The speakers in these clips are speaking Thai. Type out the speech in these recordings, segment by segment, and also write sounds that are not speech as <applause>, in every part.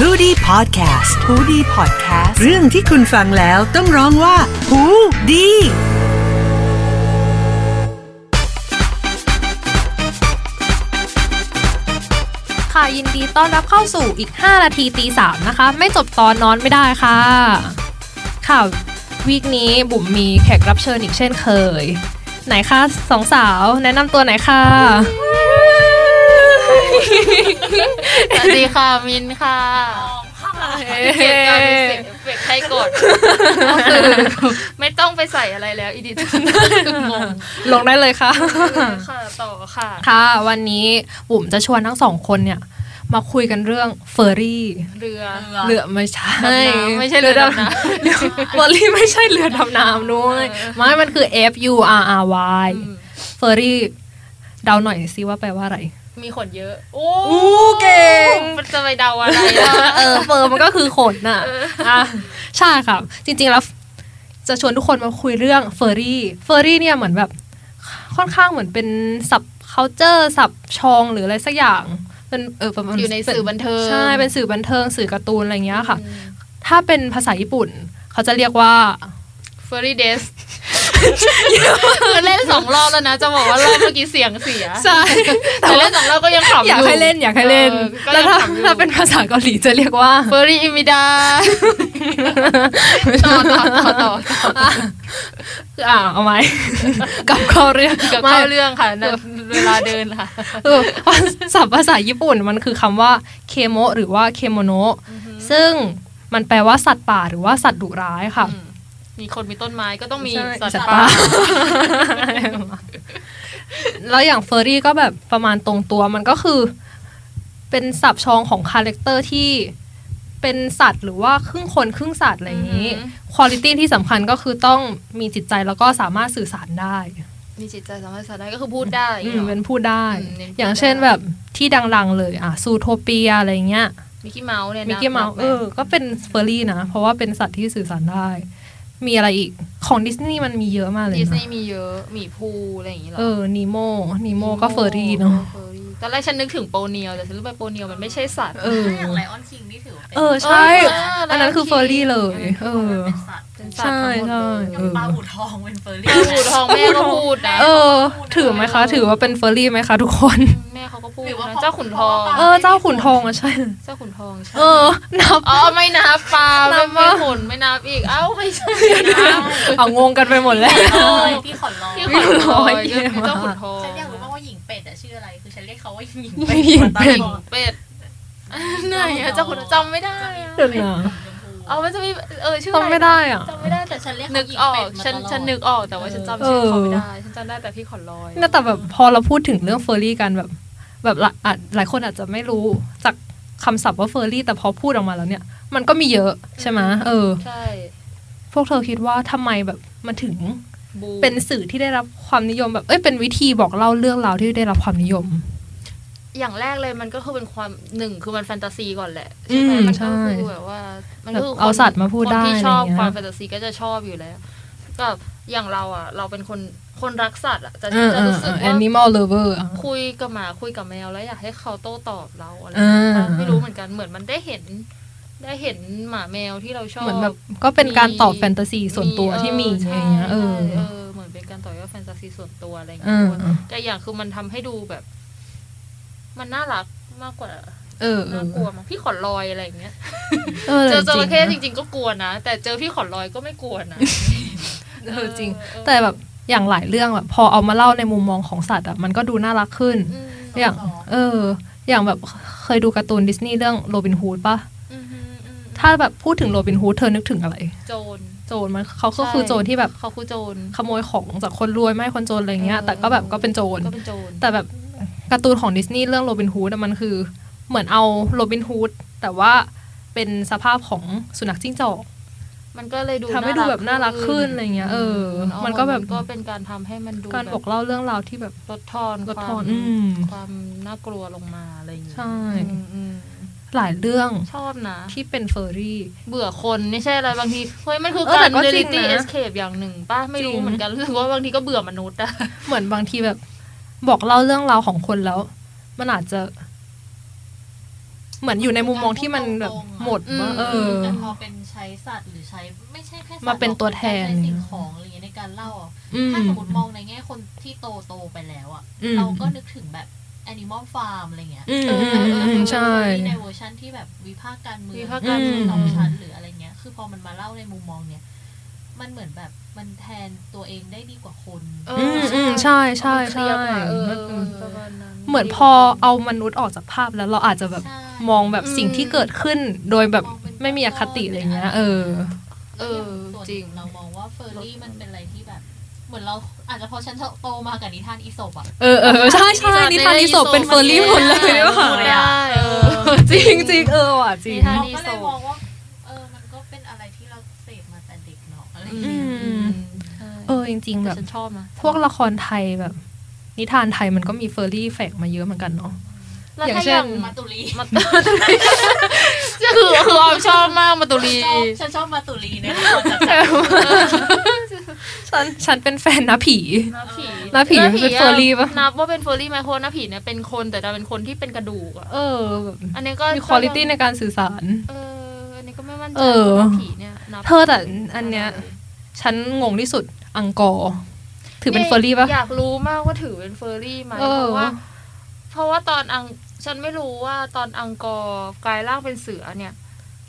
h o ดี้พอดแคสต์ฮูดี้พอดแคสต์เรื่องที่คุณฟังแล้วต้องร้องว่าหูดี ค่ะยินดีต้อนรับเข้าสู่อีก 5 นาทีตีสามนะคะ ไม่จบตอนนอนไม่ได้ค่ะ ค่ะวีคนี้บุ๋มมีแขกรับเชิญอีกเช่นเคย ไหนคะสองสาวแนะนำตัวไหนอยค่ะ สวัสดีค่ะมินค่ะเสียงเรามีเสียงเอฟเฟกต์ให้กดก็คือไม่ต้องไปใส่อะไรแล้วอีดิทงง ลงได้เลยค่ะ ค่ะต่อค่ะ ค่ะ วันนี้บุ๋มจะชวนทั้งสองคนเนี่ย มาคุยกันเรื่องเฟอร์รี่ เรือ เรือไม่ใช่ ดำน้ำไม่ใช่เรือดำน้ำ เรือดำน้ำเฟอร์รี่ไม่ใช่เรือดำน้ำด้วย เออ ไม่มันคือ F U R R Y เฟอร์รี่เดาหน่อยสิว่าแปลว่าอะไร มีขนเยอะ โอ้ เก่ง มันจะไปเดาอะไรล่ะ เออเฟอร์มันก็คือขนน่ะอ่ะใช่ครับ จริงๆแล้วจะชวนทุกคนมาคุยเรื่องเฟอร์รี่ เฟอร์รี่เนี่ยเหมือนแบบ ค่อนข้างเหมือนเป็นสับเคาเจอร์สับชองหรืออะไรสักอย่างเป็นเออประมาณ อยู่ในสื่อบันเทิง ใช่ เป็นสื่อบันเทิงสื่อการ์ตูนอะไรอย่างเงี้ยค่ะ ถ้าเป็นภาษาญี่ปุ่น เขาจะเรียกว่า เฟอร์รี่เดสคือเล่นสองรอบแล้วนะ จะบอกว่ารอบเมื่อกี้เสียงเสีย ใช่ แต่เล่นสองรอบก็ยังขำอ <laughs> อยู่ ยากให้เล่นอยากให้เล่น ออก็ แล้ว ยัง ถ้า ขำอยู่ ถ้าเป็นภาษาเกาหลีจะเรียกว่า เฟอร์รี่อิมิดา ต่อต่อต่อต่อ คืออ่าเอาไหม กลับเข้าเรื่อง กับ ไม่ เข้าเรื่องค่ะนะเวลาเดินค่ะ คือศัพท์ภาษาญี่ปุ่นมันคือคำว่าเคโมหรือว่าเคโมโนะซึ่งมันแปลว่าสัตว์ป่าหรือว่าสัตว์ดุร้ายค่ะ มีคนมีต้นไม้ก็ต้องมี ใช่ สัตว์ป่า <laughs> แล้วอย่างเฟอร์รี่ก็แบบประมาณตรงตัวมันก็คือ เป็นสับชองของคาแรคเตอร์ที่เป็นสัตว์หรือว่าครึ่งคนครึ่งสัตว์อะไรอย่างนี้คุณลิตี้ที่สำคัญก็คือต้องมีจิตใจแล้วก็สามารถสื่อสารได้ มีจิตใจสามารถสัตว์ได้ก็คือพูดได้ออืมย่างงี้หรอ เป็นพูดได้ อืมเน้นพูด อย่างเช่น ได้ แบบที่ดังๆเลยอ่ะซูโทเปียอะไรเงี้ย มิกกี้เมาส์เนี่ยนะ มิกกี้เมาส์ แบบ เออ ก็เป็นเฟอร์รี่นะ เพราะว่าเป็นสัตว์ที่สื่อสารได้ มีอะไรอีกของดิสนีย์มันมีเยอะมากเลย ดิสนี นะ ย์มีเยอะหมีภูอะไรอย่างงี้หร เออนีโมนีโมก็เฟอร์รี่เนาะ เฟอร์รี่ตอนแรกฉันนึกถึงโปเนียวแต่ฉันรู้ไปโปเนียวมันไม่ใช่สัตว์ เออ อย่างไลออนคิงนี่ถือว่าเป็น เออใช่ เออ อันนั้นคือเฟอร์รี่เลย เออ เป็นสัตว์เป็น สัตว์ ใช่ ทั้งใช่เออหมดเลยปลาหูทองเป็นเฟอร์รี่ เออหูทองแม่ก็พูดนะ เออ ถือไหมคะ ถือว่าเป็นเฟอร์รี่ไหมคะทุกคน แม่เขาก็พูดนะเจ้าขุนทอง เออ เจ้าขุนทองอะใช่ เจ้าขุนทองใช่ เออนับ อ๋อไม่นับปลา นั ไม่ บ ไม่ ว่า ขุนไม่นับอีกเอ้าไม่ใช่ เอางงกันไปหมดแล้ว เออพี่ขนลอย ที่ขุนทองก็คือเจ้าขุนทอง ฉันอยากรู้มากว่าหญิงเป็ดอะชื่ออะไร คือฉันเรียกเขาว่าหญิงเป็ด หญิงเป็ด เป็ดไหนอะเจ้าขุนจำไม่ได้อะ เดี๋ยวนะ เอามันจะมีเออชื่ออะร จำไม่ได้อ่ะ จำไม่ได้แต่ แต่ฉันเรียก นึ เขา ก หญิง ออก เป็ดมาตลอด ฉันฉันนึกออกแต่ว่าฉันจำชื่อเขาไม่ได้ฉันจำได้แต่พี่ขอนลอย น่าแต่แบบพอเราพูดถึงเรื่องเฟอร์รี่กันแบบ แบบหลายอาจหลายคนอาจจะไม่รู้จากคำศัพท์ว่าเฟอร์รี่แต่พอพูดออกมาแล้วเนี่ย มันก็มีเยอะใช่ไหมเออ ใช่ พวกเธอคิดว่าทำไมแบบมันถึง บู เป็นสื่อที่ได้รับความนิยมแบบเอ้ยเป็นวิธีบอกเล่าเรื่องราวที่ได้รับความนิยม อย่างแรกเลยมันก็คือเป็นความหนึ่งคือมันแฟนตาซีก่อนแหละใช่ไหม อืม มัน ใช่ ก็คือแบบว่ามันก็คือ แบบเอาสัตว์มาพูดได้ คนที่ชอบ อะไรเงี้ย ความแฟนตาซีก็จะชอบอยู่แล้วก็อย่างเราอ่ะ เราเป็นคนคนรักสัตว์อ่ะจะ เออเอ จะ อ รู้เอสึก อ ว่า animal lover อะ คุยกับหมาคุยกับแมวแล้วอยากให้เขาโต้ตอบเราอะไร อ่า แบบนั้นไม่รู้เหมือนกันเหมือนมันได้เห็น ได้เห็นหมาแมวที่เราชอบ เหมือนแบบก็เป็นการตอบแฟนตาซีส่วนตัวที่มี เ อย่างเงี้ย ใช่ เออ เออเหมือนเป็นการต่อยอดแฟนตาซีส่วนตัวอะไรอย่าง เอ เงี้ย อ ด้วยแต่อย่างคือมันทำให้ดูแบบ มันน่ารักมากกว่า เออเอ น่า อก ลัวมั้งพี่ขอนลอยอะไรอย่างเงี้ย เออ เจอจระเข้จ ริง ริง ๆ ก็กลัวนะแต่เจอพี่ขอนลอยก็ไม่กลัวนะ ๆเออจริง เออ แต่แบบอย่างหลายเรื่องแบบพอเอามาเล่าในมุมมองของสัตว์อ่ะมันก็ดูน่ารักขึ้น อืม อย่าง เออ อย่างแบบเคยดูการ์ตูนดิสนีย์เรื่องโรบินฮูดปะ อืมอืมอืม ถ้าแบบพูดถึงโรบินฮูดเธอนึกถึงอะไร โจร โจรมันเขาก็คือโจรที่แบบ เขาคือโจร ขโมยของจากคนรวยไม่ให้คนจนอะไรเงี้ย เออ แต่ก็แบบก็เป็นโจร ก็เป็นโจร แต่แบบการ์ตูนของดิสนีย์เรื่องโรบินฮูดมันคือ เหมือนเอาโรบินฮูดแต่ว่าเป็นสภาพของสุนัขจิ้งจอก มันก็เลยดู ทำให้ดูแบบน่ารักขึ้นอะไรเงี้ยเออมันก็แบบ ก็เป็นการทำให้มันดู การ แบบ บอกเล่าเรื่องราวที่แบบ ลดทอน ลดทอน ความ อืม ความน่ากลัวลงมาอะไรอย่างเงี้ย ใช่ อืมอืม หลายเรื่อง ชอบนะ ที่เป็นเฟอร์รี่ เบื่อคนไม่ใช่อะไรบางทีเฮ้ยมันคือ เออ การ แต่ก็จริง reality นะ escape อย่างหนึ่งป้าไม่ จริ รู้ ง เหมือน <laughs> กันรู้สึกว่าบางทีก็เบื่อมนุษย์อะ เหมือนบางทีแบบบอกเล่าเรื่องราวของคนแล้ว มันอาจจะ เหมือนอยู่ในมุมมองที่มันแบบหมดว่าเออ แต่พอเป็นใช้สัตว์หรือใช้ไม่ใช่แค่สัตว์ มาเป็นตัวแทน ใช้สิ่งของอะไรอย่างเงี้ยในการเล่าอะ อืม ถ้าสมมติมองในแง่คนที่โตโตๆไปแล้วอ่ะ อืม เราก็นึกถึงแบบ Animal Farm อะไรเงี้ย อืมอืมอืมใช่ ในเวอร์ชันที่แบบวิพากษ์การเมือง วิพากษ์การเมือง สองชั้นหรืออะไรเงี้ย คือพอมันมาเล่าในมุมมองเนี่ย มันเหมือนแบบมันแทนตัวเองได้ดีกว่าคน เอ อืม อ อืมใช่ใช่ใช่ มันเคลียร์กว่าเออ มันเป็น ประมาณนั้น เหมือนพอเอามนุษย์ออกจากภาพแล้วเราอาจจะแบบ ใช่ มองแบบสิ่งที่เกิดขึ้นโดยแบบ มองเป็น ไม่มีอคติอะไรเงี้ย เออ เออ ส่วน จริง เรามองว่าเฟอร์รี่มันเป็นอะไรที่แบบ เหมือนเราอาจจะเพอฉันโตมากับนิทานอีสปอ่ะ เออเออใช่ใช่นิทานนิสบเป็นเฟอร์รี่หมดเลย ไม่ เนี่ย พูด ค่ะ ได้เออ จริงจริงเออว่ะจริง นิทาน เราก็เลยมองว่าเออมันก็เป็นอะไรที่เราเสพมาแต่เด็กเนาะอะไรอย่าง อื เงี้ย ม เออจริง ๆ แบบ ฉันชอบนะ พวกละครไทยแบบ นิทานไทยมันก็มีเฟอร์รี่แฝกมาเยอะเหมือนกันเนาะ แล้ว อย่าง ถ้า เช่ อน ย่าง มาตุลี มาตุลีคือคือออมชอบมากมาตุลี ชอบฉันชอบมาตุลีนะ <laughs> ฉันฉันเป็นแฟนนะผี น้าผี น้าผีเป็นเฟอร์รี่ปะ นับว่าเป็นเฟอร์รี่ไหมเพราะว่าน้าผีเนี่ยเป็นคนแต่จะเป็นคนที่เป็นกระดูกอะ เออแบบ อันนี้ก็ มีคุณลิตี้ในการสื่อสาร เอออันนี้ก็ไม่มั่นใจ เออ ว่าผีเนี่ยนับ เธอแต่อันเนี้ย ฉันงงที่สุดอังกอร์ถือเป็นเฟอร์รี่ปะ อยากรู้มากว่าถือเป็นเฟอร์รี่ไหม เออเพราะว่า เพราะว่าตอนอังฉันไม่รู้ว่าตอนอังกอร์กลายร่างเป็นเสือเนี่ย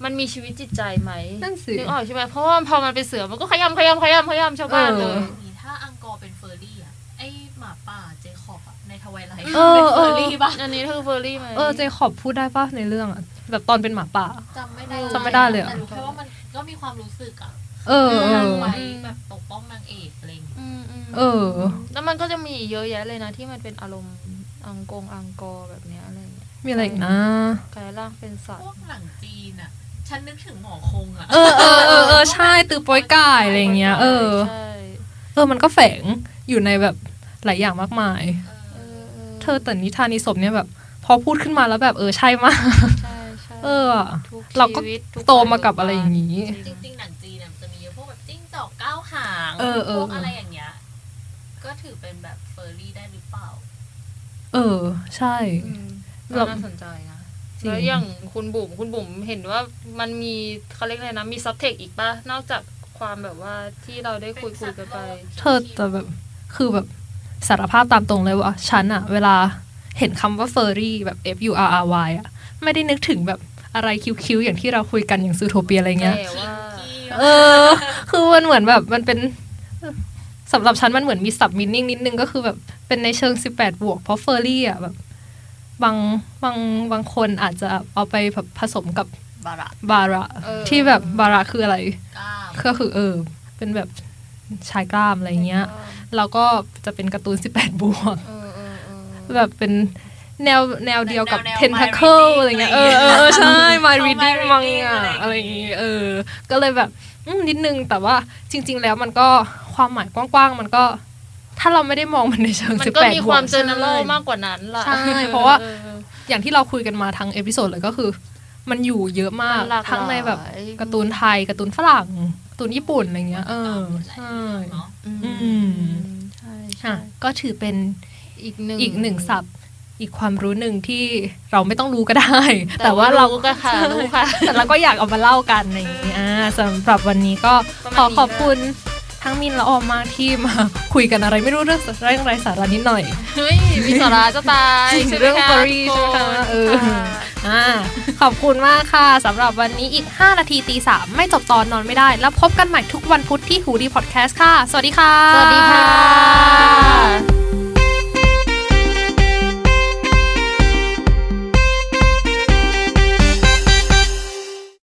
มันมีชีวิตจิตใจไหม นั่นสิ นึกออกใช่ไหมเพราะว่าพอมันเป็นเสือมันก็ขยำขยำขยำขยำชาวบ้านเล เออ ย มีถ้าอังกอร์เป็นเฟอร์รี่อ่ะไอหมาป่าเจคอบอ่ะในทวายไลท์ เออ เป็นเฟอร์รี่ปะ อันนี้คือเฟอร์รี่ไหม เออเจคอบพูดได้ปะในเรื่องอะแบบตอนเป็นหมาป่า จำไม่ได้ จำไม่ได้เลยอะ แต่รู้แค่ว่ามันก็มีความรู้สึกอ่ะ เออเอ นา อง ไว้แบบปกป้องนางเอกอะไรอย่างเงี้ย อืมๆ เออ แล้วมันก็จะมีเยอะแยะเลยนะ ที่มันเป็นอารมณ์อังกงอังกอร์แบบเนี้ยอะไรเงี้ย มีอะไรอีกนะ กลายร่างเป็นสัต พ ว์ วกหนังจีนอ่ะ ฉันนึกถึงหมอคงอ่ะ เออเออเออเออใช่ตือโป้อยก่ายอะไรอย่างเงี้ย เออ ใช่ เออมันก็แฝงอยู่ในแบบหลายอย่างมากมาย เออ เธอแต่นิทานนิสบเนี่ยแบบ พอพูดขึ้นมาแล้วแบบเออใช่มาก ใช่ใช่ <laughs> เออ ทุกชีวิต เราก็ ทุ โตมากับอะไรอย่างนี้ จริงๆ หนังจีนเนี่ยมันจะมีพวกแบบจิ้งจอกเก้าหาง เออเออ พวกอะไรอย่างเงี้ย ก็ถือเป็นแบบเฟอร์รี่ได้หรือเปล่า เออ ใช่ อืม เรา น่าสนใจนะ จริง แล้วอย่างคุณบุ๋มคุณบุ๋มเห็นว่ามันมีเขาเรียกอะไรนะมีซับเทคอีกป่ะ นอกจากความแบบว่าที่เราได้คุยคุยกันไป เธอแต่แบบคือแบบสารภาพตามตรงเลยว่าฉันอะเวลาเห็นคำว่าเฟอร์รี่แบบ F U R R Y อะไม่ได้นึกถึงแบบอะไรคิ้วๆ อย่างที่เราคุยกันอย่างซูโทเปียอะไรเงี้ย แต่ว่า เออ คือมันเหมือนแบบมันเป็นสำหรับฉันมันเหมือนมีสับมินนิ่งนิดนึงก็คือแบบเป็นในเชิง 18 บวก เพราะเฟอร์รี่อ่ะแบบบางบางบางคนอาจจะเอาไปแบบผสมกับบ าระ บาระ เออ ที่แบบบาระคืออะไร กล้าม ก็คือเออ เป็นแบบชายกล้ามอะไรเงี้ย แล้วก็จะเป็นการ์ตูน 18 บวก เออเออเออ แบบเป็นแนวแนวเดียวกับ Tentacle อะไรเงี้ยเออเออใช่ <laughs> My Reading มังงะอะไรอย่างงี้เออ ก็เลยแบบอืมนิดนึงแต่ว่าจริง ๆ แล้วมันก็ความหมายกว้างๆ มันก็ ถ้าเราไม่ได้มองมันในเชิง มัน สิบ ก็ แปด มี บ คววาก มเจเนอเรลมากกว่านั้นล่ะ ใช่เพราะว่า ออ อย่างที่เราคุยกันมาทั้งเอพิโซดเลยก็คือ มันอยู่เยอะมาก มันหลากหลาย ทั้งในแบบการ์ตูนไทยการ์ตูนฝรั่งการ์ตูนญี่ปุ่นอะไรเงี้ยเออใช่ เนาะ อืม อืม ใช่ อ่ะ ใช่ ก็ถือเป็น อีกหนึ่ง อีกหนึ่งศัพท์อีกความรู้หนึ่งที่เราไม่ต้องรู้ก็ได้ <laughs> แต่ว่าเรา ก็ค่ะรู้ค่ะ แต่เราก็อยากเอามาเล่ากันในนี้อ่าสำหรับวันนี้ก็ข ป อ ระมาณนี้ ขอบคุณทั้งมินและออมมากที่มา คุยกันอะไรไม่รู้เรื่องสาระเรื่องไรสาระนิดหน่อย เฮ้ยมีสาระจะตายใช่ไหมคะ เรื่องเฟอร์รี่ใช่ไหมคะ ทุกน เออ ค่ะ อ่าขอบคุณมากค่ะสำหรับวันนี้อีก 5 นาทีตีสามไม่จบตอนนอนไม่ได้ แล้วพบกันใหม่ทุกวันพุธที่หูดีพอดแคสต์ค่ะ สวัสดีค่ะ สวัสดีค่ะ